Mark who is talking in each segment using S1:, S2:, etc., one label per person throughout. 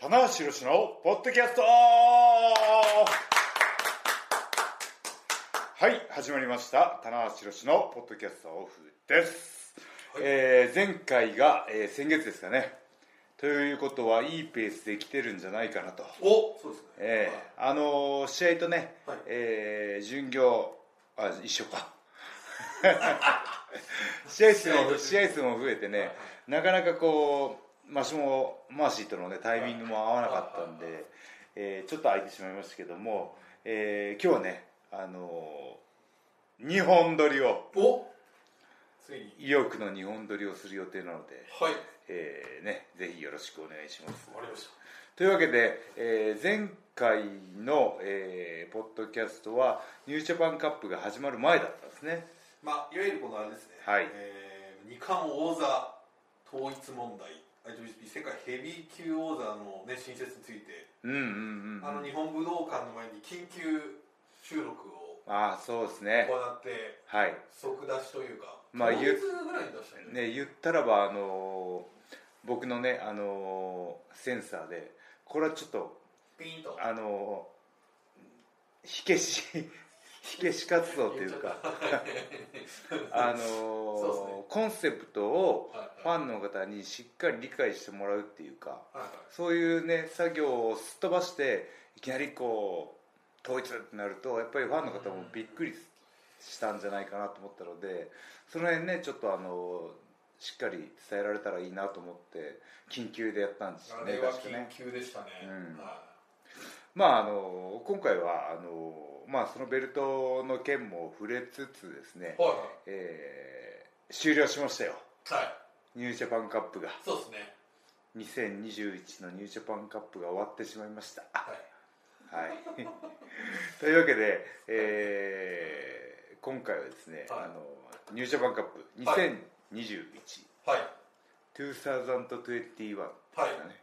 S1: 棚橋宏のポッドキャストはい始まりました棚橋宏のポッドキャストオフです、えー前回が、えー先月ですかねということはいいペースで来てるんじゃないかなと
S2: おそうですね、
S1: ええあのー試合とね、
S2: はい
S1: えー巡業あ一緒 か試合数も試合数も増えてね、なかなかこうマシモマーシーとの、ね、タイミングも合わなかったんで、えーちょっと空いてしまいましたけども、えー今日はね、あのー、2本撮りを
S2: おついに
S1: 意欲の2本撮りをする予定なので、
S2: はい
S1: えーね、ぜひよろしくお願いします。
S2: わかりまし
S1: というわけで、えー前回の、えーポッドキャストはニュージャパンカップが始まる前だったんですね
S2: たまあいわゆるこのあれですね、
S1: はい
S2: えー、二冠王座統一問題 IWGP 世界ヘビー級王座の、ね、新設について、
S1: うんうんうん
S2: あ
S1: う
S2: の
S1: ん
S2: 日本武道館の前に緊急収録を
S1: ああそうです
S2: 行
S1: ね
S2: って
S1: はい
S2: 即出しというか
S1: まあ
S2: 当日
S1: ゆ
S2: ぐらいに出したよね
S1: ね言ったらばあのー僕のねあのーセンサーでこれはちょっと
S2: ピーンと
S1: あのー火消し 火消し活動という かあのー
S2: そうですね
S1: コンセプトをフ
S2: はい
S1: ァンの方にしっかり理解してもらうっていうか
S2: はい
S1: そういうね作業をすっ飛ばしていきなりこう統一ってなるとやっぱりファンの方もびっくりしたんじゃないかなと思ったのでその辺ねちょっとあのしっかり伝えられたらいいなと思って緊急でやったんですよ
S2: あ
S1: ね
S2: れは
S1: 確か
S2: 緊
S1: ね
S2: 急でしたね
S1: うん
S2: は
S1: まああの今回はあのまあそのベルトの件も触れつつですね
S2: い、はい
S1: えー終了しましたよ
S2: はい、は
S1: ニュージャパンカップが
S2: い、そうですね
S1: 2021のニュージャパンカップが終わってしまいました
S2: はい
S1: はい、 というわけで、えー今回はですね、
S2: はい
S1: あのニュージャパンカップ2021、
S2: はいはい
S1: 2021
S2: はい
S1: ですかね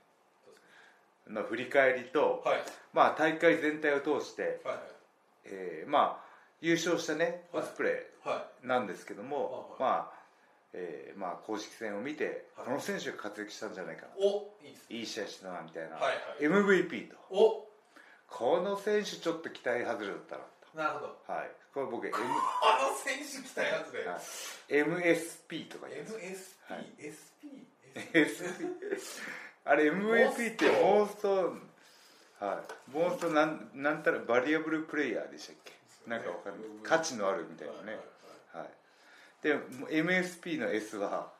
S1: の振り返りと、
S2: はい
S1: まあ、大会全体を通して、
S2: はい
S1: えーまあ、優勝したねオ
S2: はい
S1: スプレ
S2: は
S1: イなんですけども、
S2: は
S1: まあえーまあ、公式戦を見て、
S2: はい
S1: この選手が活躍したんじゃないかな、
S2: いおいいですね
S1: い、い試合してたなみたいな、
S2: はいはい
S1: MVP と
S2: お
S1: この選手ちょっと期待外れだったな
S2: なるほど
S1: と、はい、これ僕 M
S2: あの選手来たやつで
S1: はい MSP とか言うんですよ
S2: MSP、
S1: はい
S2: SP
S1: SP あれ MVP ってモーストはいモーストなんなんたらバリアブルプレイヤーでしたっけなんかわかんない価値のあるみたいなねはいで MSP の S は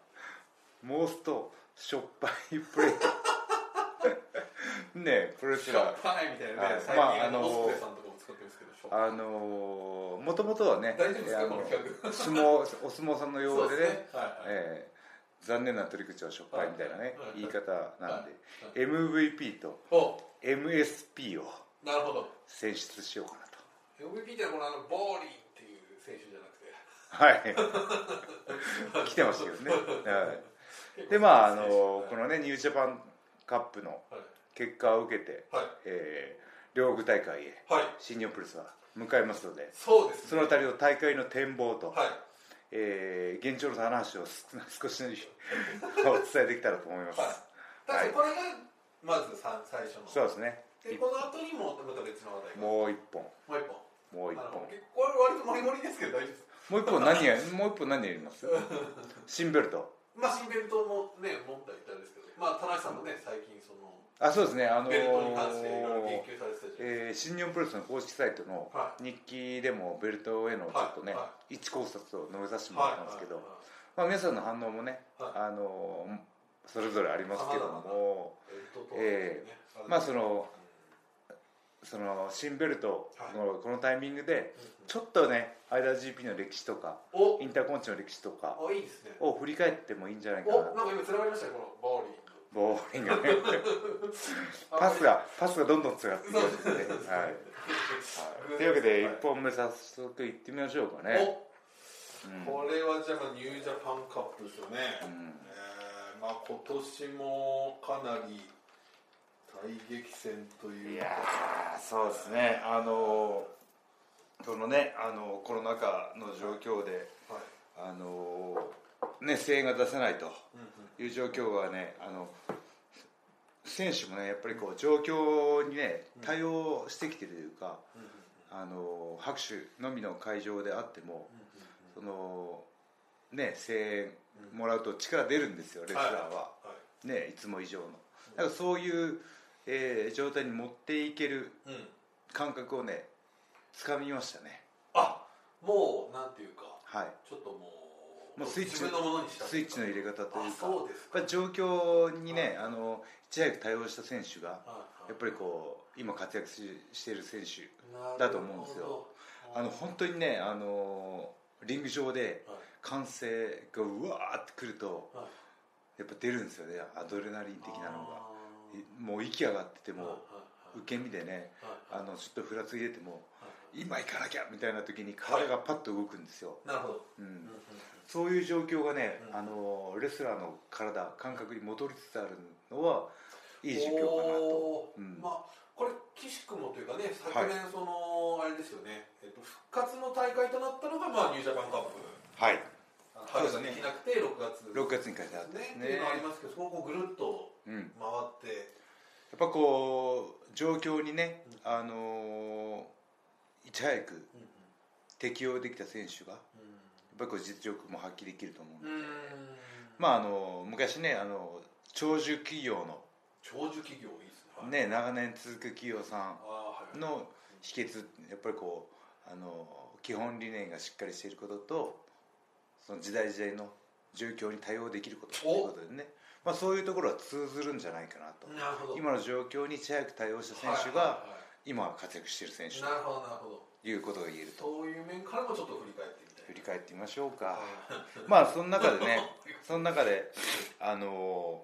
S1: モーストしょっぱいプレイヤーねえプロレス
S2: ショッ
S1: ラー
S2: パイみたいなね、
S1: はい
S2: 最近、
S1: まあ
S2: あ、
S1: あの
S2: のオスプレイさんとかも使ってますけどショッパイ
S1: あのもともとはね
S2: 大丈夫で
S1: え
S2: すか
S1: ー
S2: この企画
S1: あの相撲お相撲さんのようでね
S2: はいはい、
S1: えー残念な取り口はしょっぱいみたいなね
S2: はいはい
S1: 言い方なんで
S2: はい
S1: MVP と
S2: お
S1: MSP を
S2: なるほど
S1: 選出しようかなと
S2: MVP ってのはこのあのボーリーっていう選手じゃなくて
S1: はい 来てました けどね、はい、でまああのこのねニュージャパンカップの
S2: はい
S1: 結果を受けて、
S2: はい
S1: えー両国大会へ
S2: はい
S1: 新日本プロレスは向かいますので
S2: そうですね
S1: そのあたりの大会の展望と、
S2: はい
S1: えー現状の話を少少しお 伝えできたらと思います、
S2: はいだからこれがまずさん最初の
S1: そうですね
S2: でこの後にもまた別の話題が
S1: もう一本
S2: もう一本
S1: もう一
S2: あ
S1: 本
S2: の結構割とモリモリですけど大丈夫です
S1: もう一本何やもう一本何やります新ベルト
S2: まあ新ベルトもね問題いたんですけどまあ田中さんもね最近その
S1: あそうですねあのー
S2: ベルトに関していろいろ言及されてたじゃないです
S1: えー新日本プロレスの公式サイトの
S2: は
S1: 日記でもベルトへのちょっとね、
S2: はいは
S1: 一考察を述べさせて
S2: か
S1: もらったんですけど、
S2: はい
S1: まあ、皆さんの反応もね、
S2: はい
S1: あのーそれぞれありますけども
S2: ベルトと
S1: え
S2: ー
S1: まあそのその新ベルトのこのタイミングでちょっとね IWGP の歴史とか
S2: お
S1: インターコンチの歴史とか
S2: おいいですね
S1: を振り返ってもいいんじゃないか
S2: お
S1: な
S2: なんか今つながりましたねこのボーリング
S1: ボーリングねパスがパスがどんどんつながっていきますね、はいはい、というわけで1本目早速いってみましょうかね、
S2: お
S1: うん
S2: これはじゃあニュージャパンカップですよね、
S1: ん
S2: えーまあ、今年もかなり大激戦とい
S1: い
S2: うか
S1: やーそうですねあのーそのねあのーコロナ禍の状況で
S2: はい
S1: あのーね声援が出せないと
S2: うんうん
S1: いう状況はねあの選手もねやっぱりこう状況にね
S2: うん
S1: 対応してきてるというか、
S2: うんうんうん
S1: あの拍手のみの会場であってもそのね声援もらうと力出るんですよレスラーは、
S2: はい
S1: ねいつも以上のだからそういう、えー状態に持っていける
S2: はいうん、
S1: 感覚をね掴みましたね
S2: あもうなんていうか
S1: はい
S2: ちょっともう
S1: もうスイッチ
S2: 自分のものにした
S1: スイッチの入
S2: れ
S1: れ方というか
S2: あそうですか
S1: やっぱり状況にね、
S2: はい
S1: あのいち早く対応した選手が
S2: はい
S1: やっぱりこう今活躍ししている選手
S2: はい
S1: だと思うんですよあの本当にねあのリング上で
S2: はい
S1: 歓声がうわーってくると
S2: はい
S1: やっぱ出るんですよねアドレナリン的なのが
S2: あー
S1: いもう息上がってて
S2: はい
S1: も
S2: はい
S1: 受け身でね
S2: は
S1: あ
S2: いはい
S1: のちょっとふらついてても
S2: はい
S1: 今行かなきゃみたいな時に体がパッと動くんですよ、
S2: なるほど、
S1: う
S2: うん
S1: ん
S2: うんうん、
S1: そういう状況がね、
S2: うん
S1: あのレスラーの体感覚に戻りつつあるのはいい状況かなと
S2: おー
S1: うん
S2: まあこれ岸君もというかね昨
S1: はい
S2: 年その、あれですよね、えっと、復活の大会となったのが、まあ、ニュージャパンカップ
S1: はい
S2: あの
S1: そう
S2: 春
S1: です
S2: が
S1: ね
S2: できなくて6月
S1: 6月に書いてあったんで
S2: ね
S1: す
S2: って
S1: ね
S2: いうのがありますけどそこをこうぐるっと
S1: うん、や
S2: 回って
S1: っぱこう状況にね
S2: うん、
S1: あのーいち早く
S2: うん
S1: 適応できた選手がやっ
S2: う
S1: ぱりこう実力も発揮できると思うんで、
S2: んうん
S1: まああの昔ねあの長寿企業
S2: 長寿企業いいですね,は
S1: の、
S2: い、
S1: ね、長年続く企業さ
S2: あーはい
S1: んの秘訣やっぱりこうあの基本理念がしっかりしていることとその時代時代の状況に対応できることということでね、まあ、そういうところは通ずるんじゃないかなと
S2: なるほど
S1: 今の状況にいち早く対応した選手
S2: はい
S1: が
S2: はいは
S1: 今活躍している選手
S2: いなるほどなるほど
S1: ということが言えると
S2: そういう面からもちょっと振り返って
S1: 振り返ってみま
S2: みたい
S1: しょうか
S2: はい
S1: まあその中 でねその中であの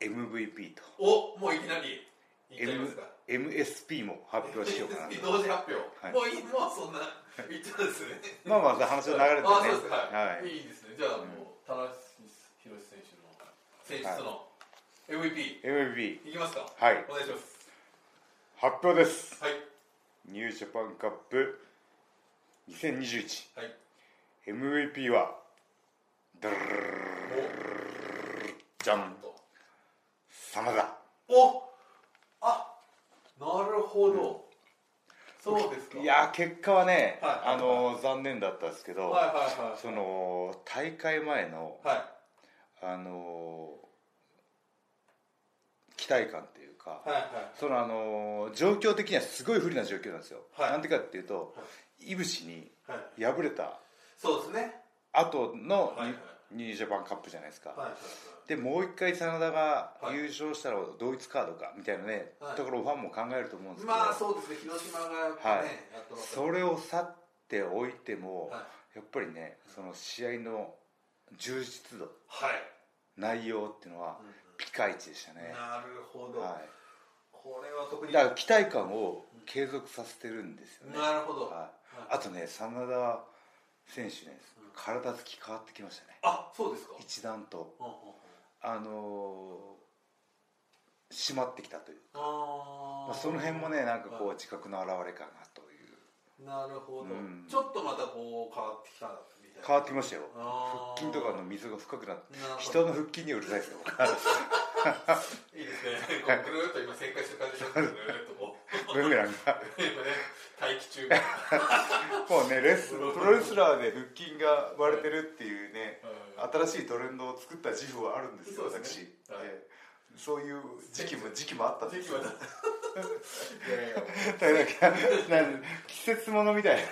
S1: MVP と
S2: おもういきなりいっちゃいます
S1: M
S2: か
S1: MSP も発表しようかなと
S2: 同時発表、
S1: はい
S2: もういいもうそんな言っちゃうんですね
S1: まあまあ話の流れでね
S2: あそうですはい、
S1: はい
S2: い、いですねじゃあ、
S1: うん
S2: もう田中宏選手の選出の MVP、
S1: MVP
S2: い、きますか
S1: はい
S2: お願いします
S1: 発表です
S2: はい
S1: ニュージャパンカップ 2021MVP
S2: はい
S1: はドゥルルルルルじゃん真田
S2: おおあなるほど、そうですか
S1: いやー結果はね、
S2: はい
S1: あのー残念だったんですけど、
S2: はいはいはい
S1: その大会前の、
S2: はい
S1: あのー期待感っていうか、
S2: はい
S1: そのあのー状況的にはすごい不利な状況なんですよ、
S2: はい
S1: なんでかっていうと
S2: はい
S1: ぶしに
S2: はいはい
S1: 敗れた
S2: そうですね
S1: 後の
S2: はいはい
S1: ニニュージャパンカップじゃないですか、
S2: はいはい
S1: でもう一回真田が
S2: はい
S1: 優勝したら同一カードかみたいなね、
S2: はい
S1: ところをファンも考えると思うんですけど、
S2: まあそうですね広島がね、
S1: はい
S2: やってますから
S1: それを去っておいても、
S2: はい
S1: やっぱりねその試合の充実度
S2: はい
S1: 内容っていうのはピカイチでしたね、
S2: なるほど、
S1: は
S2: これは特
S1: い、
S2: に
S1: だ
S2: な
S1: から期待感を継続させてるんですよね、
S2: るほど、
S1: はい、
S2: あ
S1: あとね真田選手ね
S2: うん
S1: 体つき変わってきましたね
S2: あそうですか
S1: 一段と
S2: うんうんうん
S1: あのー締まってきたという、
S2: あ
S1: まあ、
S2: ー
S1: その辺もねなんかこ
S2: は
S1: う自覚の表れかなという
S2: いなるほ
S1: う
S2: ど、
S1: ん
S2: ちょっとまたこう変わってきたみたいな
S1: 変わってきましたよ
S2: あ
S1: 腹
S2: ー
S1: 筋とかの溝が深くなって
S2: なるほど
S1: 人の腹筋にうるさ いですよ僕は
S2: いいですねこうぐるーっと今旋回してる感じですぐるーっとこう
S1: ブーメランが
S2: 今ね待機中みたいな
S1: もうねレスプロレスラーで腹筋が割れてるっていうね
S2: うん
S1: 新しいトレンドを作った自負はあるんですよ
S2: そうですね
S1: 私、
S2: はい
S1: ええそういう時期も 時期もあったんで
S2: 時
S1: す
S2: 期
S1: よ
S2: はいやいやもう
S1: なんかなん季節ものみたい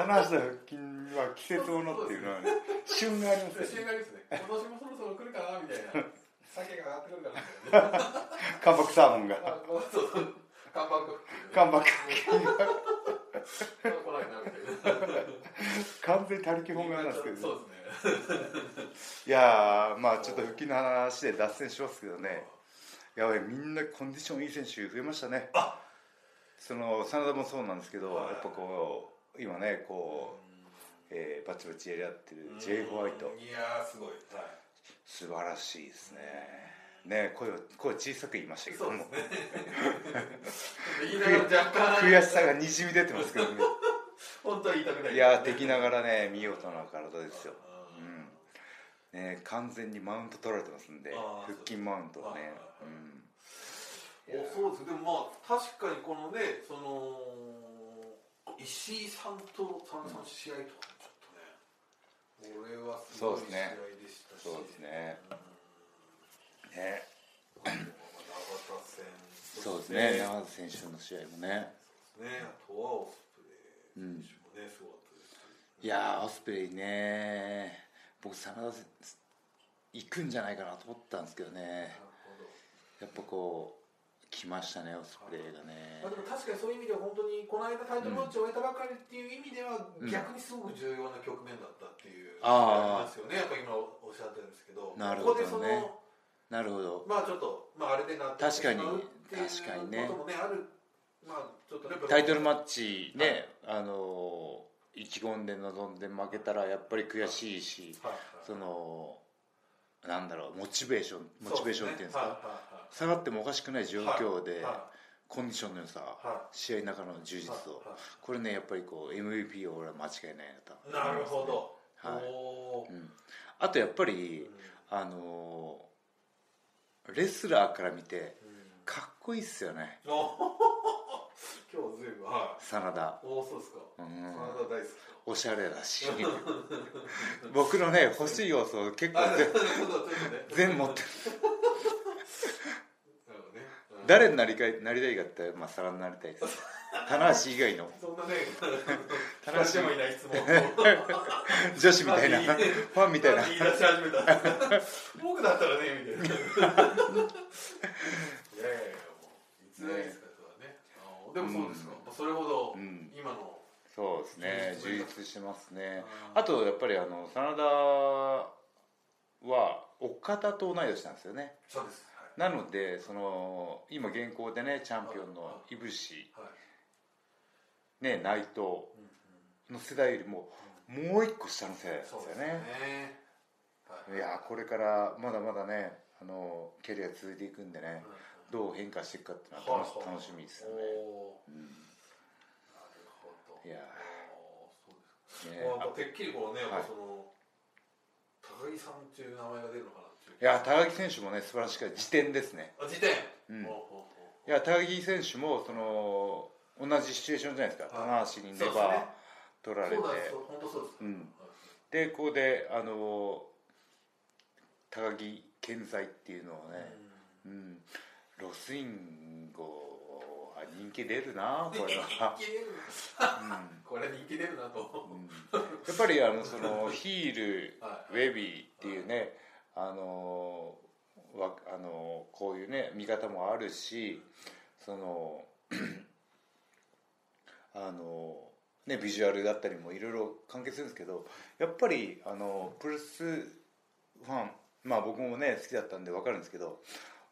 S1: な話した腹筋は季節ものっていうのはね旬があ ります
S2: 嬉し
S1: よ
S2: い
S1: ね
S2: がですね今年もそろそろ来るかなみたいな酒が上がってくるかなみたいな
S1: 関白サーモン
S2: あ
S1: が
S2: もうそうそう看板クッキー
S1: 関白
S2: 来ないなみたいな
S1: 完全に他力本願なんですけど、ね
S2: そ、うですね
S1: いやーまあちょっと腹筋の話で脱線しますけどねやばいみんなコンディションいい選手増えましたねその真田もそうなんですけど、
S2: はい
S1: やっぱこう今ねこう、えーバチバチやり合ってる J. ホワイト
S2: いやーすごいは
S1: 素晴らしいですねね声を声小さく言いました
S2: い
S1: け
S2: そ
S1: ど
S2: うで
S1: も
S2: すね言いながら若干
S1: 悔しさがにじみ出てますけどね
S2: 本当は言いたくない
S1: いやーできながらね見事な体ですよ、
S2: うん
S1: ね、完全にマウント取られてますんで
S2: あー
S1: 腹筋マウントをね
S2: そ
S1: う
S2: う
S1: ん
S2: そうですでもまあ確かにこのねその石井さんと佐野さんの試合とかもちょっとね、俺はすごい
S1: そうです
S2: 試合
S1: ね
S2: でしたし
S1: そうですね
S2: うん
S1: ね
S2: あとは永田戦
S1: そうです
S2: そ
S1: ね
S2: して
S1: 長田選手の試合もね
S2: ねあとはオスプレイ
S1: うん
S2: 選手もね、すごかったですし
S1: いやーオスプレイね僕真田選行くんじゃないかなと思ったんですけどねやっ
S2: なるほど
S1: ぱこう来ましたねオスプレイがね
S2: まあ、でも確かにそういう意味では本当にこの間タイトルマッチを終えたばかりっていう意味では
S1: うん
S2: 逆にすごく重要な局面だったっていう
S1: あー
S2: ありますよねやっぱ今おっしゃってるんですけど
S1: なるほどね
S2: ここでそ
S1: なるほど
S2: のまあちょっと、まあ、あれでなって
S1: 確かに
S2: しまうっていう
S1: 確かにね
S2: こともねあるまあちょっとね
S1: タイトルマッチね、あのー意気込んで臨んで負けたらやっぱり悔しいし
S2: はいはい
S1: そのなんだろうモチベーションモチベーションっていうんですか
S2: そうで
S1: 下がってもおかしくない状況
S2: すね
S1: で、
S2: は
S1: コンディションの良さ、
S2: いは
S1: 試合の中の充
S2: いは
S1: 実
S2: いはい
S1: を
S2: は
S1: これねやっぱりこう MVP を俺は間違いないなと
S2: いなるほど、
S1: はい
S2: お
S1: う
S2: ー
S1: ん、あとやっぱり
S2: うん
S1: あのーレスラーから見て
S2: うん
S1: かっこいいっすよ ね
S2: お今日ずいぶんは
S1: 真田
S2: いおおそうですか
S1: うん
S2: 真田大好き
S1: おしゃれだし 僕のね欲しい要素を結構
S2: あ、そう
S1: 全
S2: そうそうちょっとね
S1: 全部持ってる
S2: なるほどねうん
S1: 誰になりかいなりたいかって言ったらまあ皿になりたいです 棚橋以外の
S2: そんなね、
S1: 楽
S2: 楽
S1: し
S2: し
S1: い
S2: もいない質問を。
S1: 女子みたいな
S2: まあいいね
S1: ファンみたいな
S2: 言い出し始めた。僕だった ら ね、みたいな。いやいやいや、もう、いつでもいいですから、それはね。あのでもそうですか、それほど
S1: う、ん
S2: 今の。
S1: そうですね
S2: 充
S1: 充
S2: 実
S1: 実してますね
S2: あ
S1: あとやっぱりあの真田は岡田と同い年なんですよね
S2: そうです。はい
S1: なのでその今現行でねチャンピオンの
S2: は
S1: 井伏
S2: はい。
S1: ね内藤
S2: うんう
S1: の世代よりももう一個下の世代なんで
S2: ん
S1: す
S2: そ
S1: よ
S2: うです
S1: ね
S2: ね。はい
S1: やーこれからまだまだねあのキャリア続いていくんでね
S2: い
S1: どう変化していくかっていうのは楽し
S2: はい
S1: 楽しみですよね
S2: おー
S1: う
S2: なるほど。
S1: いやー
S2: おーそうです
S1: んね
S2: もうやっぱてっきりこうね、
S1: はい
S2: やっぱその高木さんっていう名前が出るのかなっていう
S1: いや高木選手もね素晴らしくて時点ですね、
S2: あ時点、
S1: うん、い
S2: ほうほうほう
S1: や高木選手もその同じシチュエーションじゃないですか
S2: は
S1: 棚橋に
S2: そう
S1: ネ
S2: ですね
S1: バー取られて
S2: そうなんですよ本当そうです、
S1: うん
S2: はい
S1: でここであの高木健在っていうのをね、うん、ロスインゴは人気出るなこれは
S2: 人、気出るこれ人気出るなと、
S1: うんうんやっぱりあのそのヒール
S2: はい
S1: ウェビーっていうねあのわあのこういうね見方もあるしその あのねビジュアルだったりもいろいろ関係するんですけどやっぱりあのプロレスファンまあ僕もね好きだったんで分かるんですけど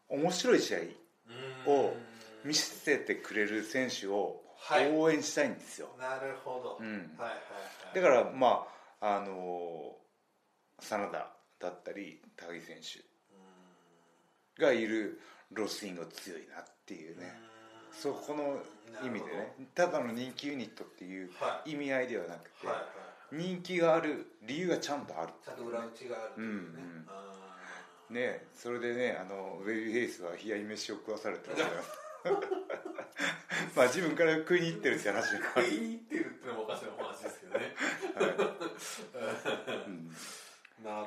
S1: 面白い試合
S2: うん
S1: を見せてくれる選手を
S2: はい
S1: 応援したいんですよ、
S2: なるほど、
S1: うん
S2: はいはいはい
S1: だからまああの真田だったり高木選手がいるロスインゴ強いなっていうね、
S2: うん
S1: そうこの意味でねただの人気ユニットっていう
S2: は
S1: 意味合いではなくて、
S2: いはいはい
S1: 人気がある理由がちゃんとある
S2: ちゃんと裏打ちがあるというね、
S1: うんうん
S2: あー
S1: ねそれでねあのウェビーフェイスは冷や飯を食わされてるから まあ自分から食いに行ってるって話だか
S2: 食いに行ってるってのもおかしな話ですけどね
S1: ら、はい
S2: な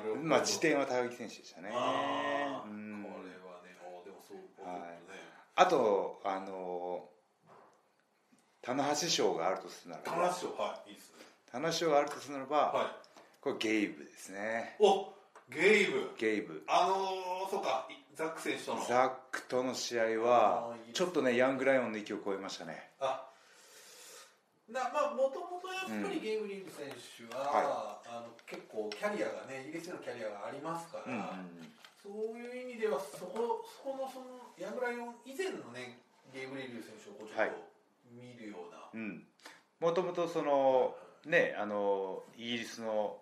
S2: るほ
S1: う
S2: ど
S1: んまあ時点は高木選手でしたね
S2: ああ、
S1: うん
S2: これはねおーでもそうこう
S1: はい
S2: ね
S1: あとあの棚橋賞があるとするな
S2: 田
S1: らば
S2: 中はいいいですね
S1: 棚橋賞があるとするならば、
S2: は
S1: これゲイブですね
S2: いおゲイブ
S1: ゲイブ
S2: あのー、そうかいザック選手との
S1: ザックとの試合は
S2: あーいいです
S1: ちょっとねヤングライオンの域を超えましたね
S2: あなまあもともとやっぱ
S1: う
S2: りゲイブリーブ選手は、あの結構キャリアがねイギリスのキャリアがありますか
S1: う
S2: ら、
S1: ん
S2: そういう意味ではそこそこのそのヤングライオン以前のねゲイブリーブ選手をこうちょ
S1: は
S2: っ
S1: い
S2: と見るような、
S1: うんうんもともとそのねあのイギリスの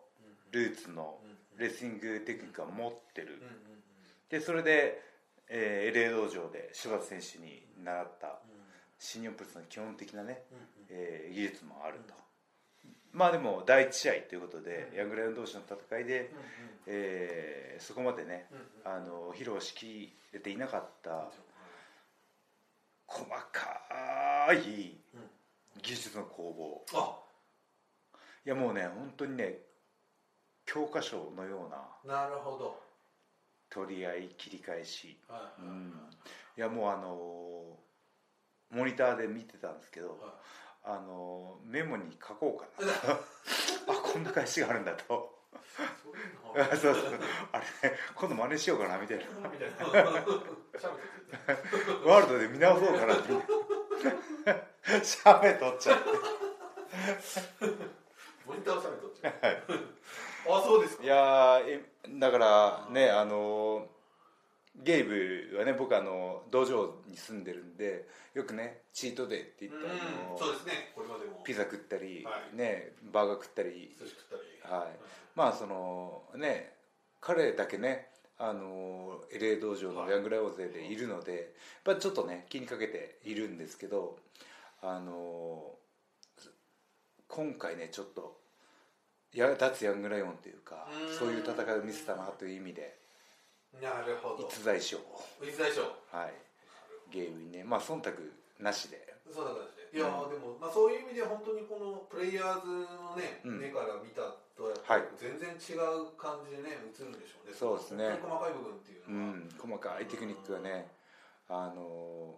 S1: ルーツの
S2: うん
S1: レスリングテクニックは持ってる
S2: うんうん
S1: でそれで、えー、LA 道場で柴田選手に習った
S2: うんうん
S1: 新日本プロレスの基本的なね
S2: うんうん
S1: えー技術もあると、まあでも第一試合ということで、
S2: うん
S1: ヤングレオン同士の戦いで、
S2: う
S1: えーそこまでね
S2: んうんうんうん
S1: あの披露しきれていなかった長い
S2: うん
S1: 技術の攻防
S2: あ
S1: いやもうね本当にね教科書のような
S2: なるほど
S1: 取り合い切り返し
S2: はいはい
S1: うんいやもうあのーモニターで見てたんですけど、
S2: はい
S1: あのーメモに書こうかな あこんな返しがあるんだと
S2: そう
S1: あ
S2: いうの
S1: そうそうあれ、今度真似しようかなみたいな
S2: みたいな喋ってて
S1: ワールドで見直そうかなってシャメ取っちゃう
S2: モニターを喋っとっちゃうあそうですか
S1: いやーえだからねあのーゲイブはね僕あの道場に住んでるんでよくねチートデーって言
S2: う
S1: って、あの
S2: ん
S1: ー
S2: そうですねこれまでも
S1: ピザ食ったり、
S2: はい
S1: ねバーガー食ったり
S2: 寿司食ったり
S1: はいまあそのね彼だけねあの LA 道場のヤングライオー勢でいるので、やっぱちょっとね気にかけているんですけどあの今回ねちょっとや脱ヤングライオンというか
S2: うん
S1: そういう戦いを見せたなという意味で
S2: なるほど
S1: 逸材賞を
S2: 水大将
S1: はいゲームにねまあ忖度なしで
S2: そうだったいやーでも、まあ、そういう意味で本当にこのプレイヤーズのね、
S1: うん
S2: 目から見たとやっ
S1: はい
S2: ぱ全然違う感じでね映るんでしょうね
S1: そうですね
S2: 本当に細かい部分っていう
S1: う
S2: のは、
S1: ん細かいテクニックがねあの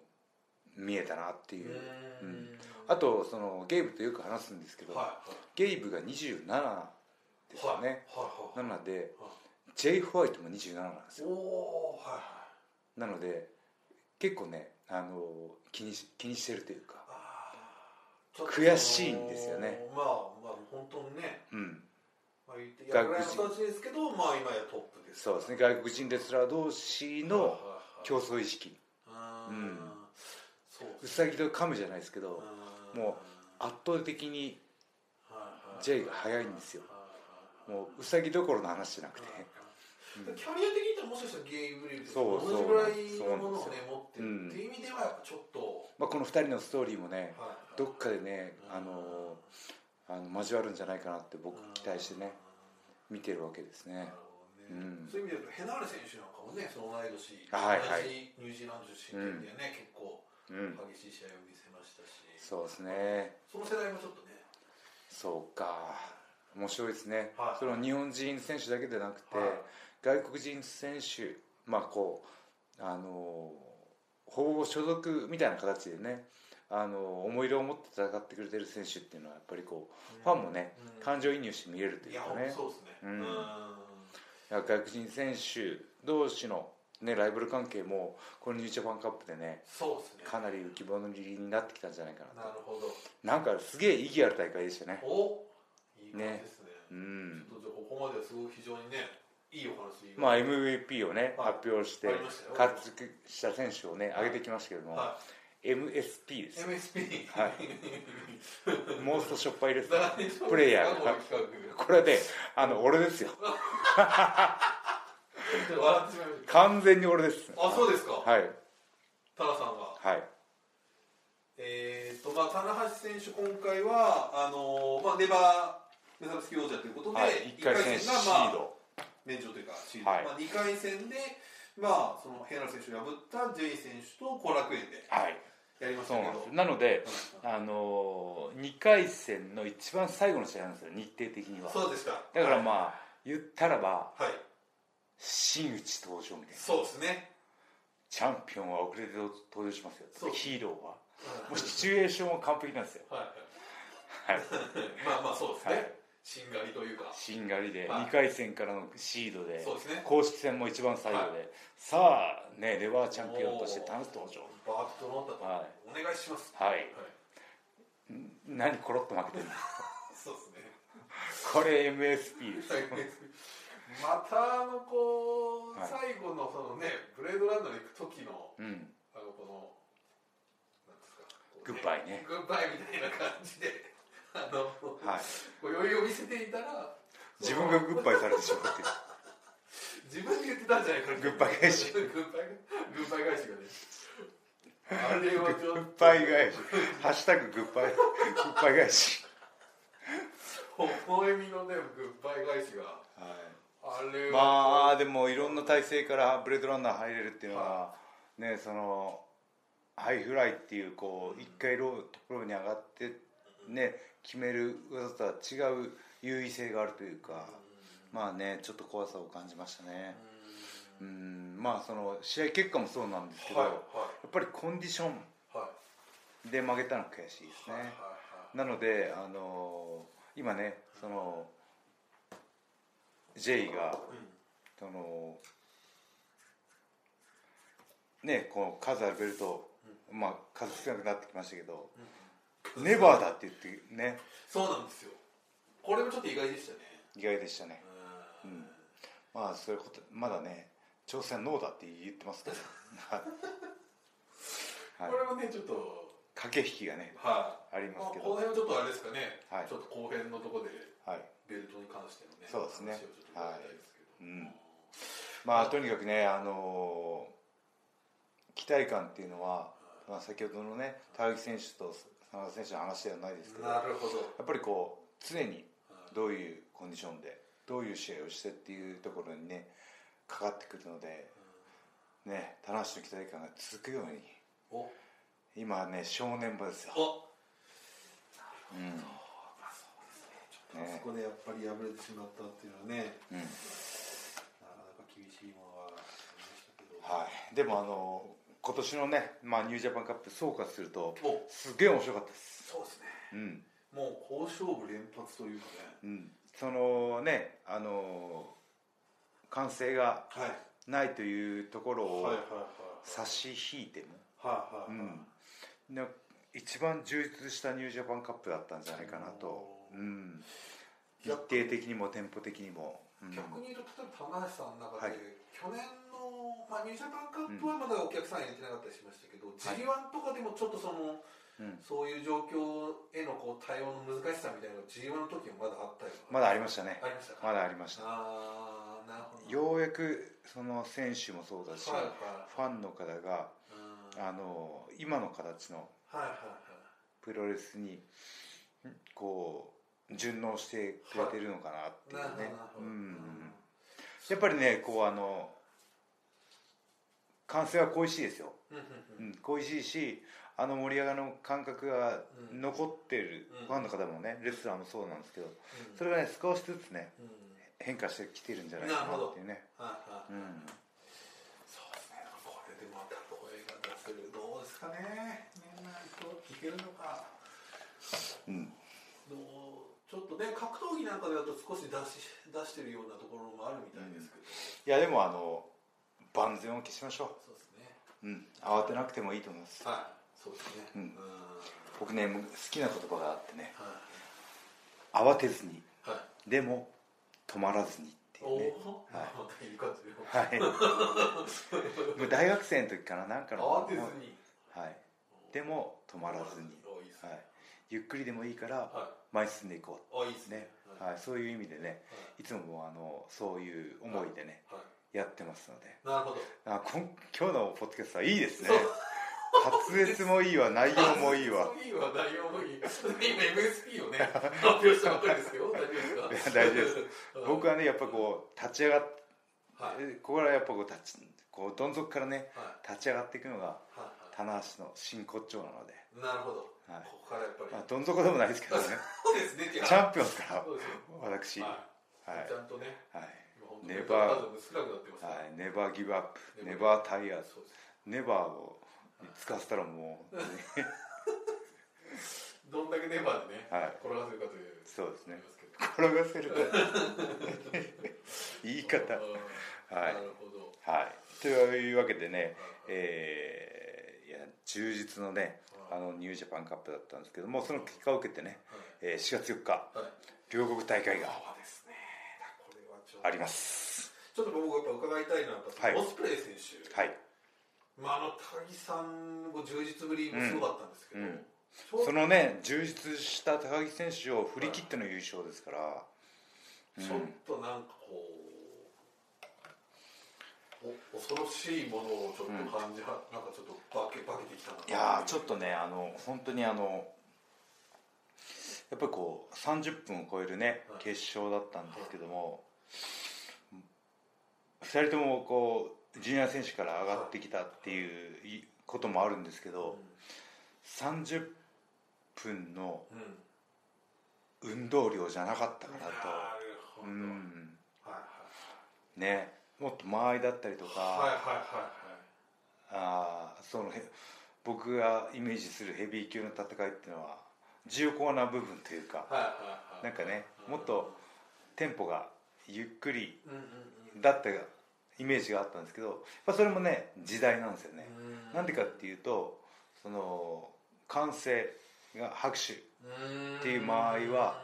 S1: 見えたなっていう
S2: うーん
S1: あとそのゲイブとよく話すんですけど、
S2: は
S1: ゲイブが27で
S2: い
S1: すよ
S2: はいはい
S1: ね、
S2: はいはい
S1: なので
S2: は
S1: J. ホワイトも27なんです
S2: い
S1: よ
S2: おおーはいはい
S1: なので結構ねあの気にし気にしてるというか
S2: ちょっと
S1: 悔しいんですよね
S2: まあまあ本当にね、
S1: うん
S2: まあ、言ってや
S1: 外国
S2: ぐらい
S1: 人
S2: の形ですけどまあ今やトップです
S1: そうです
S2: ね
S1: ね外国人レスラー同士の競争意識
S2: う
S1: うんん
S2: そう
S1: う
S2: です
S1: さぎと噛むじゃないですけど
S2: うん
S1: も圧倒的に J が早いんですよもううさぎどころの話じゃなくてうん
S2: キャリア的に言ったらもしかしたらゲイブレイブと
S1: そう
S2: 同じぐらいのものを
S1: そうなん
S2: ね
S1: です
S2: 持ってる
S1: うん
S2: っていう意味ではやっぱちょっと、
S1: まあこの2人のストーリーもね
S2: はい
S1: どっかでね
S2: うん
S1: あのあの交わるんじゃないかなって僕期待してね見てるわけです
S2: なる
S1: ね
S2: ほどね
S1: うん
S2: そういう意味ではヘナーレ選手なんかもねその同い年、
S1: はいはい
S2: 同じニュージーランド出身でね、結構
S1: うん
S2: 激しい試合を見せましたし
S1: そうですね
S2: その世代もちょっとね
S1: そうか面白いですね、
S2: はい
S1: その日本人選手だけでなくて、
S2: はい
S1: 外国人選手まあこうあのほぼ所属みたいな形でねあの思い入れを持って戦ってくれてる選手っていうのはやっぱりこう、ファンもね
S2: うん
S1: 感情移入して見れるとい
S2: い
S1: う
S2: や
S1: か
S2: ほん
S1: ね
S2: とそうですね
S1: うん
S2: うん
S1: 外国人選手同士の、ね、ライバル関係もこのニュージャパンカップでね
S2: そうですね
S1: かなり浮き彫りになってきたんじゃないかな
S2: なるほど
S1: なんかすげえ意義ある大会でしたね
S2: おいい感じですね
S1: うん
S2: ちょっとじゃあここまではすごい非常にねいいお話
S1: まあ、
S2: はい
S1: MVP をね、
S2: はい
S1: 発表して
S2: わかりましたよ
S1: 活躍した選手をね、上げてきましたけども、MSP ですよ、
S2: MSP
S1: はいモーストしょっぱいです、プ
S2: プ
S1: レイヤー
S2: こ
S1: が
S2: の企
S1: これで、あの俺ですよ、
S2: 画笑ってしまいまし
S1: 完全に俺です、
S2: たあそうですか
S1: はい、
S2: タラさんは
S1: はい、
S2: えーとまあ棚橋選手今回はあのーまあネバー目覚めつき王者ということで、
S1: はい、1回戦シー
S2: まあ
S1: ド、
S2: 免除というかシード、
S1: はい
S2: まあ、2回戦で、まあ、そのヘナル選手を破ったジェイ選手と後楽園で
S1: はい、
S2: やりまし
S1: そ
S2: た
S1: う
S2: けど
S1: なんです、なので、あのー、2回戦の一番最後の試合なんですよ、日程的には。
S2: そうでした
S1: だから
S2: あ
S1: まあ、言ったらば、
S2: はい
S1: 真打ち登場みたいな、
S2: そうですね
S1: チャンピオンは遅れて登場しますよ
S2: そう、
S1: ヒーローは。
S2: うん
S1: もうシチュエーションは完璧なんですよ。
S2: はい
S1: はい。
S2: まあまあそうですね、
S1: はい
S2: しんがりというか
S1: しんがりで、
S2: はい
S1: 2回戦からのシードで
S2: そうですね
S1: 公式戦も一番最後で、
S2: は
S1: さあねレバーチャンピオンとして楽し登場
S2: バーッと乗ったと、
S1: は
S2: お願いします
S1: はい
S2: はい、
S1: 何コロッと負けてるの
S2: そうですね
S1: これ MSP です
S2: またあのこう、
S1: はい
S2: 最後のそのねブレードランドに行く時の
S1: うん
S2: あのこのなんですかこう
S1: グッバイね
S2: グッバイみたいな感じであの、
S1: はい
S2: こう余裕を見せていたら
S1: 自分がグッバイされてしまってる
S2: 自分で言ってたんじゃないかな
S1: グッバイ返し
S2: グッバイグッバイ返しがねあれはち
S1: グ
S2: ょ
S1: ッ
S2: っと
S1: バイ返し「ハッシュタググッバイ」グッバイ返し、
S2: 微笑みのねグッバイ返しが
S1: はい、
S2: あれ
S1: ま
S2: は
S1: あでもいろんな体勢からブレードランナー入れるっていうのは、ねそのハイフライっていうこう一回ローところに上がってね決める技とは違う優位性があるというかまあねちょっと怖さを感じましたねうんまあその試合結果もそうなんですけど、
S2: はい
S1: やっぱりコンディショ
S2: はい
S1: ンで負けたの悔しいですね、
S2: はいはい
S1: なのであのー今ねその J が
S2: はいうん
S1: そのねこう数あるベルト、まあ数少なくなってきましたけど、ネバーだって言ってね
S2: そうなんですよこれもちょっと意外でしたね
S1: 意外でしたね
S2: うん
S1: うんまあそういうことまだね挑戦ノーだって言ってますけどはい、
S2: こ
S1: はい、
S2: れもねちょっと
S1: 駆け引きがね
S2: はい
S1: ありますけ
S2: この
S1: ど
S2: 辺はちょっとあれですかね、
S1: はい
S2: ちょっと後編のとこで
S1: はい
S2: ベルトに関してのね
S1: そうですね
S2: 話をちょっと伺いたいですけど、
S1: はいうんまあとにかくねあのー期待感っていうのは、まあ、先ほどのね高木選手と真田選手の話ではないですけど
S2: なるほど
S1: やっぱりこう常にどういうコンディションでどういう試合をしてっていうところにねかかってくるのでね棚橋の期待感が続くように
S2: おお
S1: 今はね正念場ですよ、うん
S2: まあそうですねちょっとあそこでやっぱり敗れてしまったっていうのはね
S1: うん
S2: なかなか厳しいものはありましたけど
S1: はい、でもあの今年のね、まあ、ニュージャパンカップ総括すると
S2: お
S1: すげえ面白かったです、
S2: そうですね
S1: うん
S2: もう好勝負連発というかね
S1: うん、そのねあの完成が
S2: はい
S1: ないというところ
S2: はい
S1: を
S2: はいはい
S1: 差し引いても、
S2: はいはいはい、
S1: うん、な一番充実したニュージャパンカップだったんじゃないかなと、
S2: う
S1: うん、
S2: いや
S1: 日程的にもテンポ的にも、うん
S2: 逆に言うと例えば棚橋さんの中
S1: は
S2: で、
S1: い
S2: 去年の、まあ、ニュージャパンカップはまだお客さん入れてなかったりしましたけど、g 1とかでもちょっとその
S1: うん、
S2: そういう状況へのこう対応の難しさみたいなのが g 1の時もまだあったりとか
S1: まだありましたね
S2: ありましたか
S1: まだありました
S2: あーなるほ
S1: よ
S2: ど
S1: うやくその選手もそうだし、
S2: はいはい
S1: ファンの方が
S2: うんは
S1: あ
S2: い
S1: の今の形の
S2: はいはい
S1: プロレスにんこう順応してくれてるのかなってい
S2: なる
S1: うね
S2: ほどなるほど、
S1: う
S2: うん
S1: んやっぱりねこうあの歓声は恋しいですよ、
S2: うんうん
S1: う
S2: うん
S1: ん、恋しいしあの盛り上がりの感覚が
S2: うん
S1: 残ってる、
S2: うん
S1: ファンの方もねレスラーもそうなんですけど
S2: うん
S1: それがね少しずつね
S2: うん
S1: 変化してきてるんじゃないかなっていうね
S2: はいはい
S1: うん
S2: そうですね、これでまた声が出せる、どうですかね、みんな、こう聞けるのか、
S1: うん
S2: どうちょっとね、格闘技なんかでだと少し出し出してるようなところもあるみたいですけど、
S1: いやでもあの万全を期しましょ
S2: そうですね、
S1: う、うん、慌てなくてもいいと思います
S2: はい、そうです
S1: う
S2: ね、
S1: ん
S2: は
S1: 僕ね好きな言葉があってね
S2: い、
S1: 慌てずに
S2: はい、
S1: でも止まらずにっていう
S2: お
S1: ね
S2: お、
S1: はい
S2: またいい感じで、
S1: はい もう大学生の時からなんかの
S2: 慌てずに、
S1: はい、でも止まらずに、
S2: おいいです
S1: は
S2: ね、
S1: い、ゆっくりでもいいから
S2: は
S1: 前に進んでいこ
S2: い、あいいで
S1: う
S2: す
S1: ね
S2: ね、、
S1: はいそういう意味でね
S2: はい
S1: つもあのそういう思いでね、
S2: いはい
S1: やってますので
S2: なるほど、
S1: あこん今日のポッドキャストはいいですね
S2: そう
S1: 滑舌もいいわ内容もいいわ
S2: いいわ、内容もいい。今 MSP をね、発表したばかりですけど、大丈夫ですか
S1: いや大丈夫です。僕
S2: は
S1: はねやっぱこう立ち上がっ
S2: はい。はい。
S1: ここからやっぱこう立ちこうどん底からね
S2: は
S1: 立ち上がっていくのが
S2: い。
S1: 棚橋の真骨頂なので、
S2: なるほど。
S1: はい
S2: ここからやっぱり
S1: まあ、。どん底でもないですけどね
S2: そうですね、
S1: チ
S2: チ
S1: ャンピオンですから
S2: そうですよ
S1: 私は
S2: はい
S1: い
S2: ちゃんとね、
S1: はい
S2: 今本当
S1: ネ
S2: に
S1: バー
S2: 数も少なくなってますから。
S1: はい、ネバーギブアップ、ネ
S2: Never
S1: バータイヤー、
S2: そうです
S1: ネバーを使わせたらもう、
S2: どんだけネバーでね、
S1: はい、
S2: 転がせるかという。
S1: そうですね
S2: あり、ますけど
S1: 転がせると 言い方、は
S2: うん
S1: い
S2: な、るほど。
S1: はい、というわけでね、えーいや充実のね、あ
S2: はい
S1: のニュージャパンカップだったんですけども、その結果を受けてね、えー4月4日、
S2: はい。
S1: 両国大会が
S2: そうですね。これはちょっと
S1: あります。
S2: ちょっと僕がやっぱ伺いたいのは、
S1: はい
S2: オスプレイ選手。
S1: はい、
S2: まあ、あの高木さんの充実ぶりもすごかったんですけど、
S1: うんうん
S2: ちょ
S1: そのね、充実した高木選手を振り切っての優勝ですから、
S2: ちょっとなんかこうお恐ろしいものをちょっと感じは、なんかちょっと化け化けてきたなと
S1: いやーちょっとねあの本当にあのやっぱりこう30分を超えるね
S2: はい
S1: 決勝だったんですけども、2人ともこうジュニア選手から上がってきたっていういこともあるんですけ
S2: う
S1: ど、30分の
S2: んうん
S1: 運動量じゃなかったかな
S2: なるほ
S1: と、う
S2: ど、はい
S1: ん、
S2: はい
S1: ねもっと間合いだったりとか、
S2: はいはい
S1: あーそのへ僕がイメージするヘビー級の戦いっていうのは重厚な部分というか、
S2: はいはいはいはいはい
S1: なんかね
S2: うん
S1: もっとテンポがゆっくり
S2: うんうん
S1: だったイメージがあったんですけどやっぱそれもね時代なんですよね、
S2: うん
S1: なんでかっていうとその歓声が拍手
S2: って
S1: いう間合いは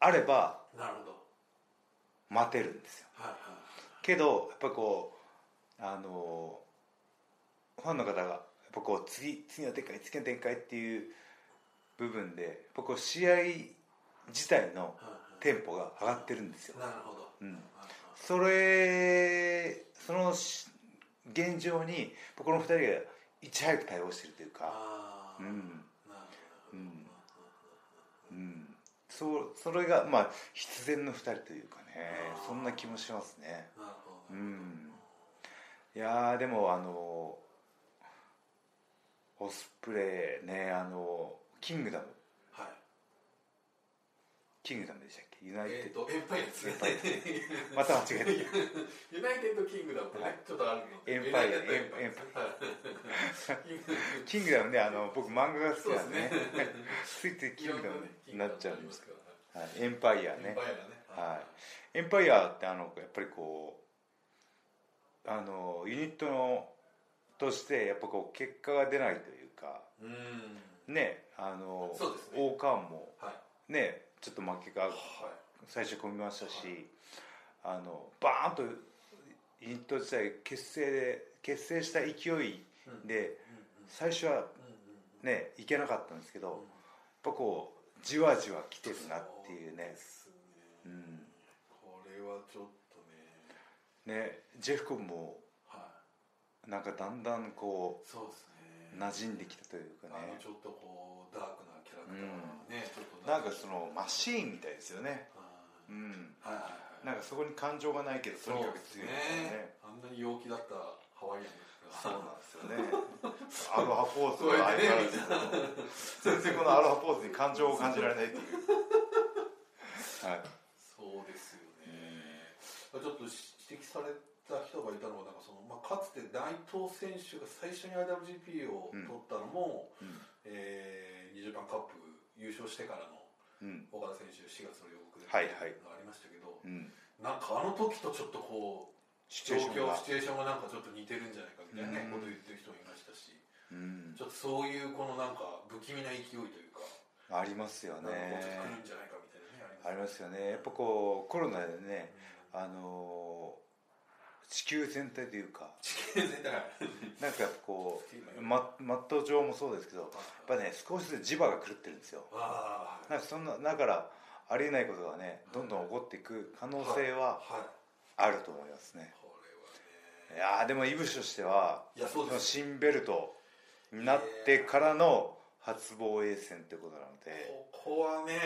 S1: あれば
S2: なるほど
S1: 待てるんですよ
S2: はいはい
S1: けどやっぱこうあのファンの方がやっぱこう次次の展開次の展開っていう部分でやっぱこう試合自体の
S2: はいは
S1: テンポが上がってるんですよ
S2: い、なるほど
S1: うん、
S2: はいはい
S1: それそのし現状に僕の2人がいち早く対応してるというか、
S2: あー
S1: う
S2: なる
S1: ん
S2: ほど
S1: うんうん、そうそれがまあ必然の2人というかね
S2: あー
S1: そんな気もしますね
S2: なるほど
S1: うんいやーでもあのオスプレイねあのキングダム
S2: はい
S1: キングダムでしたっけユナイ
S2: え
S1: テ
S2: っ
S1: ッ
S2: とエンパイアですね
S1: エンパイアドまた間違えて き
S2: ユナイテッドキングダムってねちょっとあるので
S1: エンパイア
S2: ユナテッドエンパイア
S1: エン
S2: はいキン
S1: たキング
S2: グダム
S1: ダムねあの僕漫画が好き
S2: そうで
S1: な
S2: す
S1: んで
S2: ね
S1: ねついついキングダムになっちゃうんですけ
S2: けど
S1: ど、はい、エンパイア
S2: エン
S1: ね
S2: パイアがね
S1: はいエンパイアってあのやっぱりこうあのユニットのとしてやっぱこう結果が出ないというか
S2: うん
S1: ねあの
S2: そうですね
S1: 王冠も
S2: はい
S1: ねちょっと負けが
S2: はい
S1: 最初込みましたし、あのバーンとユニット自体結成で結成した勢いで
S2: うんうん
S1: 最初は
S2: うんうん
S1: ねいけなかったんですけど、やっ
S2: ん
S1: ぱこうじわじわ来てるなっていうね
S2: そです
S1: う
S2: ね
S1: ん
S2: これはちょっとね
S1: ねジェフ君も
S2: は
S1: なんかだんだんこ
S2: いそうですね
S1: う馴染んできたというか
S2: あの
S1: ね
S2: ちょっとこうダークなキャラクターがね、ちょっと
S1: なんかそのマシーンみたいですよね
S2: はい
S1: うん
S2: はいはい
S1: なんかそこに感情がないけどとにかく強いですよね
S2: あんなに陽気だったハワイアンです
S1: そう
S2: が
S1: なんですよねアロハポーズ
S2: そうや
S1: が
S2: っ
S1: 相
S2: てね
S1: 変わらず全然このアロハポーズに感情を感じられないっていうはい
S2: そうですよね、ちょっと指摘された人がいたのはなんかその、まあ、かつて内藤選手が最初に IWGP を取ったのも、
S1: うん
S2: えー、20番カップ優勝してからの
S1: うん
S2: 岡田選手4月の予告で
S1: はいはい
S2: のがありましたけど、
S1: うん
S2: なんかあの時とちょっとこう
S1: シチュエーション
S2: 状況
S1: が
S2: シチュエーションがなんかちょっと似てるんじゃないかみたいなね
S1: うん
S2: こと言ってる人もいましたし
S1: うん
S2: ちょっとそういうこのなんか不気味な勢いという
S1: あ
S2: か
S1: りますよ
S2: なんかこうちょっと
S1: ね
S2: 来るんじゃ
S1: あり
S2: ないかみたいなねあり
S1: ま
S2: ます
S1: よねやっぱこうコロナでね
S2: す
S1: あのー地球全体というか
S2: よね全然だか
S1: なん
S2: ら
S1: かやっぱこうママット上もそうですけどやっぱね少しずつ磁場が狂ってるんですよ
S2: ああ
S1: なんかそんなだからありえないことがねどんどん起こっていく可能性は
S2: はい
S1: あると思いますね
S2: こ
S1: い
S2: れはね
S1: やーでもイブシとしてはい
S2: やそ
S1: そ
S2: うで
S1: の
S2: す
S1: 新ベルトになってからの初防衛戦ってことなので
S2: ここはね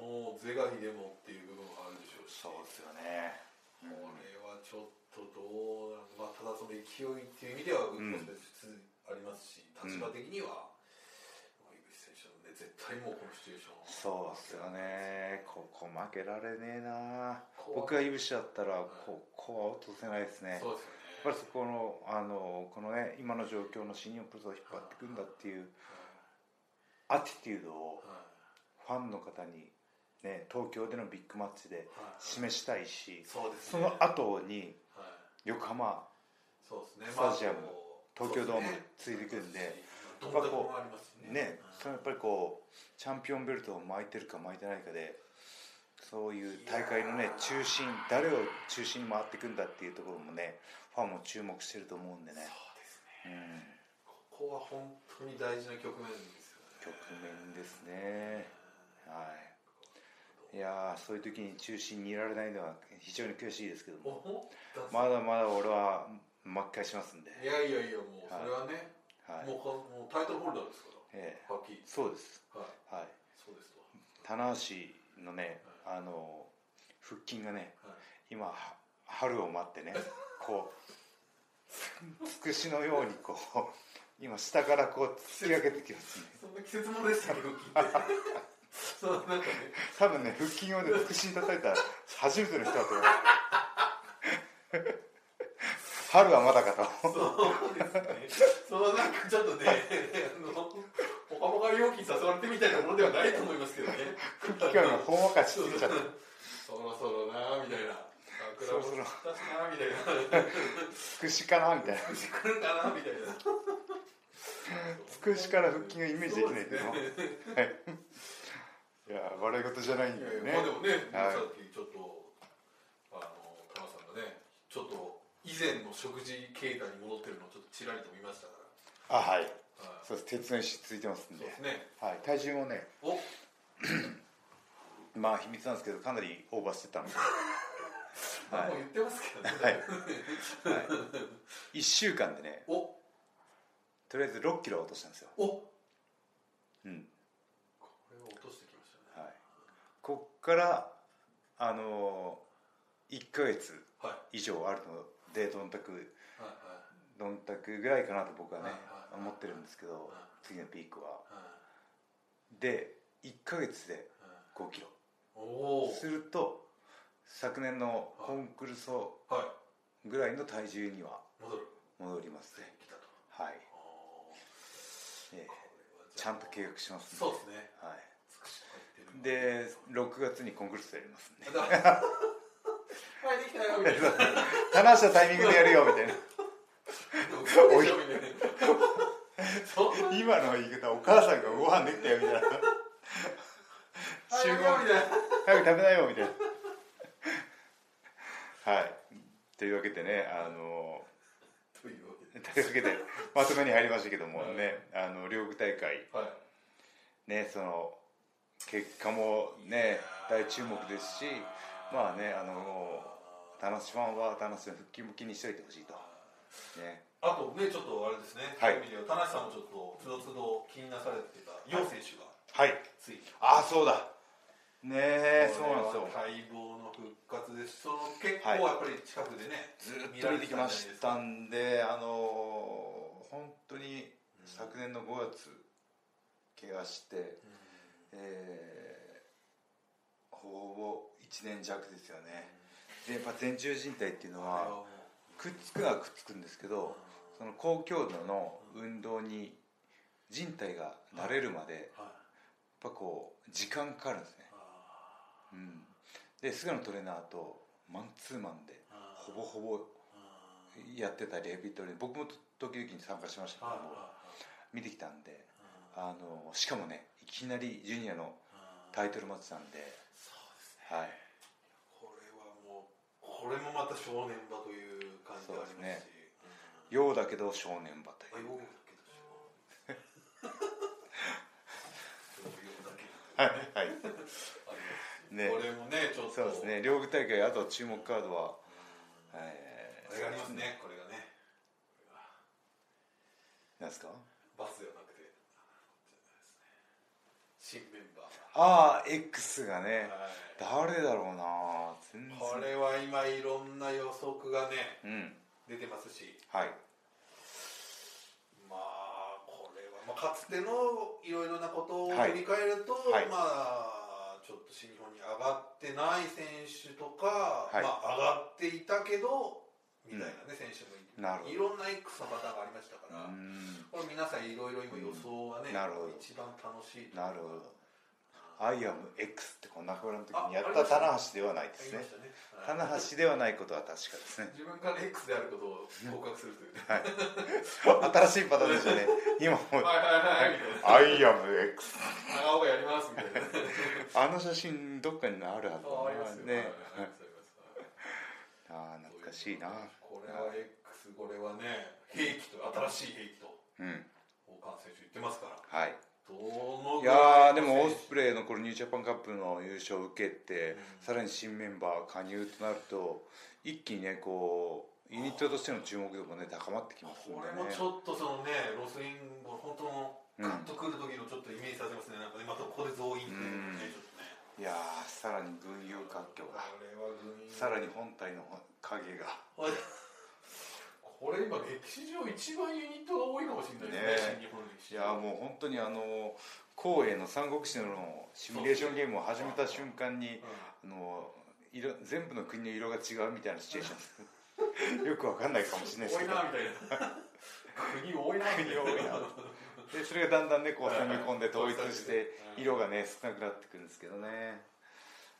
S1: うんうんうん
S2: もう是が非でもっていう部分はあるでしょうし
S1: そうですよね
S2: これはちょっとどうなんまあ、ただその勢いっていう意味では、う
S1: うん
S2: ん、ありますし、立場的には、もう井口選手のね、絶対もうこのシチュエーション
S1: そうですよねここ負けられねえな
S2: ここは
S1: 僕がイブシだったらここは落とせないですね
S2: そうです
S1: やっぱ
S2: よね。
S1: りそこのあのこの、ね、今の状況の新日本プロレスを引っ張っていくんだっていうアティテュードを
S2: はい
S1: ファンの方に、ね、東京でのビッグマッチで
S2: はい
S1: 示したいし
S2: そうです
S1: そ
S2: ね。
S1: の
S2: はい、
S1: 後に横浜
S2: そうですね。
S1: スタジアム
S2: まあ
S1: 東京ドームついてくるんで、
S2: そうですねどん底もありますしね。
S1: ね
S2: はい
S1: それはやっぱりこうチャンピオンベルトを巻いてるか巻いてないかでそういう大会の
S2: い
S1: ね
S2: やー
S1: 中心誰を中心に回っていくんだっていうところもねファンも注目してると思うんでね、
S2: そうですね。
S1: うん、
S2: ここは本当に大事な局面ですよね。
S1: 局面ですねはいいやーそういう時に中心にいられないのは非常に悔しいですけど
S2: お
S1: も
S2: ほだって
S1: まだまだ俺は巻き返しますんで、
S2: いやいやいや、もうそれはね、
S1: はい
S2: もうこもうタイトルホルダーですから。
S1: ええ
S2: はっきり。
S1: そうです
S2: はい。
S1: はい
S2: そうですと。
S1: 棚橋のねあの腹筋がね今は春を待ってねこうつくしのようにこう今下からこう突き上げてきますね
S2: そんな季節ものでしたけど聞いて そうなんかね
S1: 多分ね腹筋 をねつくしに叩いた初めての人だと思う春はまだかと
S2: そうですねそのなんかちょっとねあのポカポカ料金誘われてみたいなものではないと思いますけどね
S1: 空気感がほんわかしすぎちゃった
S2: そろそろなみたいな
S1: そろそろ
S2: 桜も散ったしなみたいな
S1: つくしかなみたいな
S2: し 来るかなみたいな
S1: つくしから腹筋がイメージできないけど、はいいや笑い事じゃないんだよ
S2: い
S1: ね
S2: やいやまあでもね、
S1: はい
S2: さっきちょっとあの田中さんがねちょっと以前の食事形態に戻ってるのをちょっとちらりと見ましたか
S1: あはい
S2: ら、はい、
S1: そうです鉄の石ついてますん
S2: そう
S1: で
S2: ですね
S1: はい体重もね
S2: お
S1: まあ秘密なんですけどかなりオーバーしてたので、
S2: 何も
S1: は
S2: 言ってますけどね、
S1: はいい、1週間でね
S2: お
S1: とりあえず6キロ落としたんですよ
S2: お
S1: うん
S2: これを落としてきましたね
S1: はいこっからあのー、1ヶ月
S2: はい
S1: 以上あるのでどんたく
S2: はい
S1: どんたくぐらいかなと僕はね
S2: はいはい
S1: 思ってるんですけど
S2: はい
S1: 次のピークは
S2: はいはい
S1: で1ヶ月で
S2: はい
S1: 5キロ
S2: おお
S1: すると昨年のコンクルソ
S2: はい
S1: ぐらいの体重には
S2: 戻る
S1: 戻ります
S2: 全
S1: ね
S2: 来たと
S1: はい、
S2: おー
S1: ええ
S2: これはじゃあ
S1: ちゃんと計画しますん
S2: そうですね
S1: は
S2: つくしとか言ってる
S1: い、 で6月にコンクルソやりますんで
S2: 前できたよみたい な
S1: 話したタイミングでやるよみたいな
S2: おいそんな
S1: 今の言い方お母さんがご飯できたよみたいな集
S2: 集
S1: 合
S2: 合みたいな
S1: 早く食べなよみたいなはいというわけでねあの
S2: というわけで
S1: というわけでまとめに入りましたけどもね、あの両国大会
S2: はい
S1: ねその結果もね大注目ですしまあねあの田中ファンは田中の復帰も気にしといてほしいとね
S2: あとねちょっとあれですね
S1: はい
S2: そういう意味では田中さんもちょっとつどつど気になされてた楊選手が
S1: はい
S2: ついに
S1: ああそうだねえそう
S2: こ
S1: な
S2: れ
S1: んで
S2: は
S1: すよ
S2: 待望の復活ですその結
S1: はい
S2: 構やっぱり近くでね
S1: ずっと見てきましたんで、あのー本当に昨年の5月、怪我して、えーほぼ1年弱ですよね、でやっぱ前十字靭帯っていうの
S2: あれは
S1: は、
S2: もう
S1: くっつくのはくっつくんですけど、その高強度の運動に、靭帯が慣れるまで、やっ
S2: はい
S1: ぱこう、時間かかるんですね。
S2: あ
S1: うん、で、菅野トレーナーとマンツーマンで、
S2: ーあー
S1: ほぼほぼ
S2: あ
S1: やってたリハビリトレーニング僕も時々に参加しましたけ
S2: ー
S1: ど
S2: はい
S1: も見てきたんで
S2: はいはい
S1: あのしかもねいきなりジュニアの
S2: あー
S1: タイトル待ってたんで、
S2: そうですね
S1: はい、
S2: これはもうこれもまた少年場という感じがありますし
S1: ようだけど少年場と
S2: う
S1: いう
S2: んあよけど少年ようだけ
S1: はい、はい、
S2: ありますし
S1: ね
S2: これもねちょっと
S1: そうですね両国大会あと注目カードは、え
S2: あれがありますねこれがね
S1: なんですか
S2: バスではなくて新メンバー
S1: ああ X がね
S2: はい
S1: 誰だろうな全然
S2: これは今いろんな予測がね
S1: うん
S2: 出てますし
S1: はい
S2: まあこれは、まあ、かつてのいろいろなことを振り返ると、
S1: はいはい
S2: まあちょっと新日本に上がってない選手とか、
S1: はい
S2: まあ、上がっていたけどみたいなね、選手もい
S1: なるほど
S2: いろんな X のパターンがありましたか
S1: う
S2: ら、
S1: ん
S2: これ皆さんいろいろ今予想がね、
S1: うんなるほど
S2: 一番楽しいと
S1: なるほどアイアム X ってこの中村の時にやっ
S2: ああり
S1: た
S2: ました
S1: 棚橋ではないで
S2: あ
S1: す
S2: りま
S1: ね
S2: したね、はい
S1: 棚橋ではないことは確かです ね
S2: 自分から X であることを告白すると いうね
S1: 新しいパターンでしたね今もう
S2: はいはいはい
S1: 「
S2: みたい
S1: アイアム X
S2: な長尾がやりますみたいなあ」
S1: あの写真どっかにあるはずだな
S2: ありますよ、
S1: ね
S2: はいはいありますありますはい
S1: ああ懐かしいな
S2: これは X これはね兵器と新しい兵器と
S1: うん
S2: 大川選手言ってますから
S1: はい
S2: どの
S1: い
S2: ぐら
S1: やー
S2: いの選手
S1: でもオスプレイのこのニュージャパンカップの優勝を受けて
S2: うん
S1: さらに新メンバー加入となると一気にねこうユニットとしての注目度もね高まってきますんで
S2: これも
S1: ね
S2: ちょっとそのねロスインゴ本当の
S1: うん
S2: カッとくる時のちょっとイメージさせますね、なんかねまたここで増員というね、ちょっとね
S1: いやーさらに群雄割拠が
S2: これは軍
S1: さらに本体の影が
S2: これ俺今歴史上一番ユニットが多いかもしれないです
S1: ね
S2: ね新日本の歴
S1: い
S2: 史上
S1: やもう本当にあの光栄の三国志のシミュレーションゲームを始めた瞬間に
S2: う
S1: あの色全部の国の色が違うみたいなシチュエーション ですよくわかんないかもしれないです
S2: 多
S1: け
S2: い
S1: ど
S2: なみた いな国多いなみたいな
S1: 国多いなでそれがだんだんねこう攻め込んで統一して
S2: うん
S1: 色がね少なくなってくるんですけどね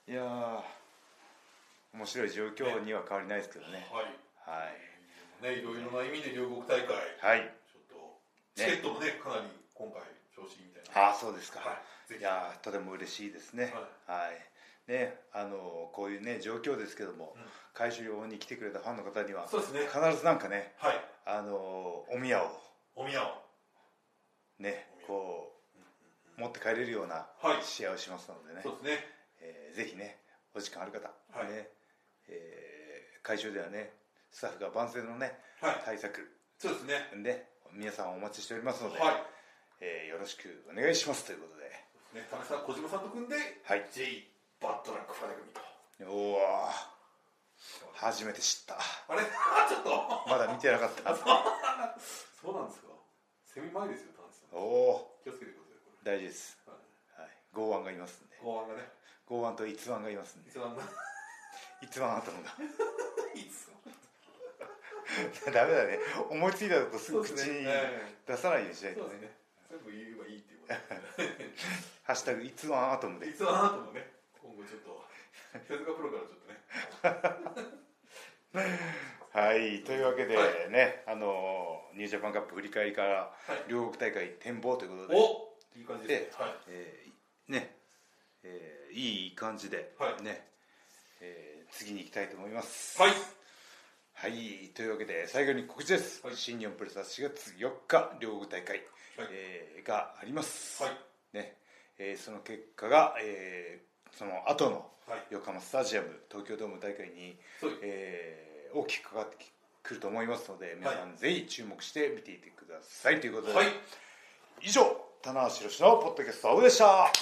S1: いやー面白い状況には変わりないですけどね
S2: はい
S1: はい
S2: ね、いろいろな意味で両国大会、
S1: はい
S2: ちょっとチケットもね、かなり今回、調子いいみたいな、
S1: ああそうですか、
S2: はい、ぜ
S1: い
S2: ひ、は
S1: やーとても嬉しいですね
S2: は
S1: はい、ねあのーこういうね状況ですけども、
S2: うん
S1: 会場に来てくれたファンの方には
S2: そうですね
S1: 必ずなんかね
S2: い、
S1: あのーお宮を
S2: お宮を、
S1: ね
S2: お宮
S1: こう持って帰れるような
S2: はい
S1: 試合をしますのでね、
S2: そうですね、
S1: えーぜひねお時間ある方、
S2: はい
S1: ねえー会場ではねスタッフが万全のね
S2: はい、
S1: 対策
S2: そうですね、
S1: で皆さんお待ちしておりますので、
S2: はい、
S1: えーよろしくお願いしますということで
S2: ね、田中さん、小島さんと組んで、
S1: はい
S2: J バッドラックファレ組と、
S1: おお初めて知った
S2: あれ、 あちょっと、
S1: まだ見てなか った
S2: そうなんですか、セミ前ですよ、田中さん、
S1: おお
S2: 気をつけてください、こ
S1: 大事です、
S2: れ、はい、
S1: はい、剛腕がいますんで
S2: 公安がね、
S1: 剛腕と逸腕がいますんで
S2: 一番な、
S1: 逸腕頭が
S2: いいですか、
S1: ダメだね思いついたことすぐ
S2: そうで
S1: 口
S2: す
S1: に
S2: ね、え
S1: 出さないようにしな
S2: え
S1: い
S2: そ
S1: と
S2: うです
S1: ね
S2: ね、全部言えばいいっていうことですね。
S1: 「ハッシュタグ逸腕アトム」で
S2: いつはなともね、今後ちょっと、手塚プロからちょっとね、
S1: はい、というわけで
S2: は
S1: ね、あのニュージャパンカップ振り返りから
S2: はい
S1: 両国大会展望ということで、
S2: おいい感じですね。はい
S1: えーね、えーいい感じで、
S2: はい
S1: ね、えー次に行きたいと思います。
S2: はい、
S1: はい、というわけで最後に告知です。
S2: はい
S1: 新日本プロレスは4月4日両国大会、
S2: はい
S1: えーがあります。
S2: はい
S1: ね、えーその結果が、えーその後の
S2: はい
S1: 横浜スタジアム東京ドーム大会に
S2: そうです
S1: えー大きくかかってくると思いますので皆さんぜひ注目して見ていてください、ということで、
S2: はい、
S1: 以上棚橋宏のポッドキャストオブでした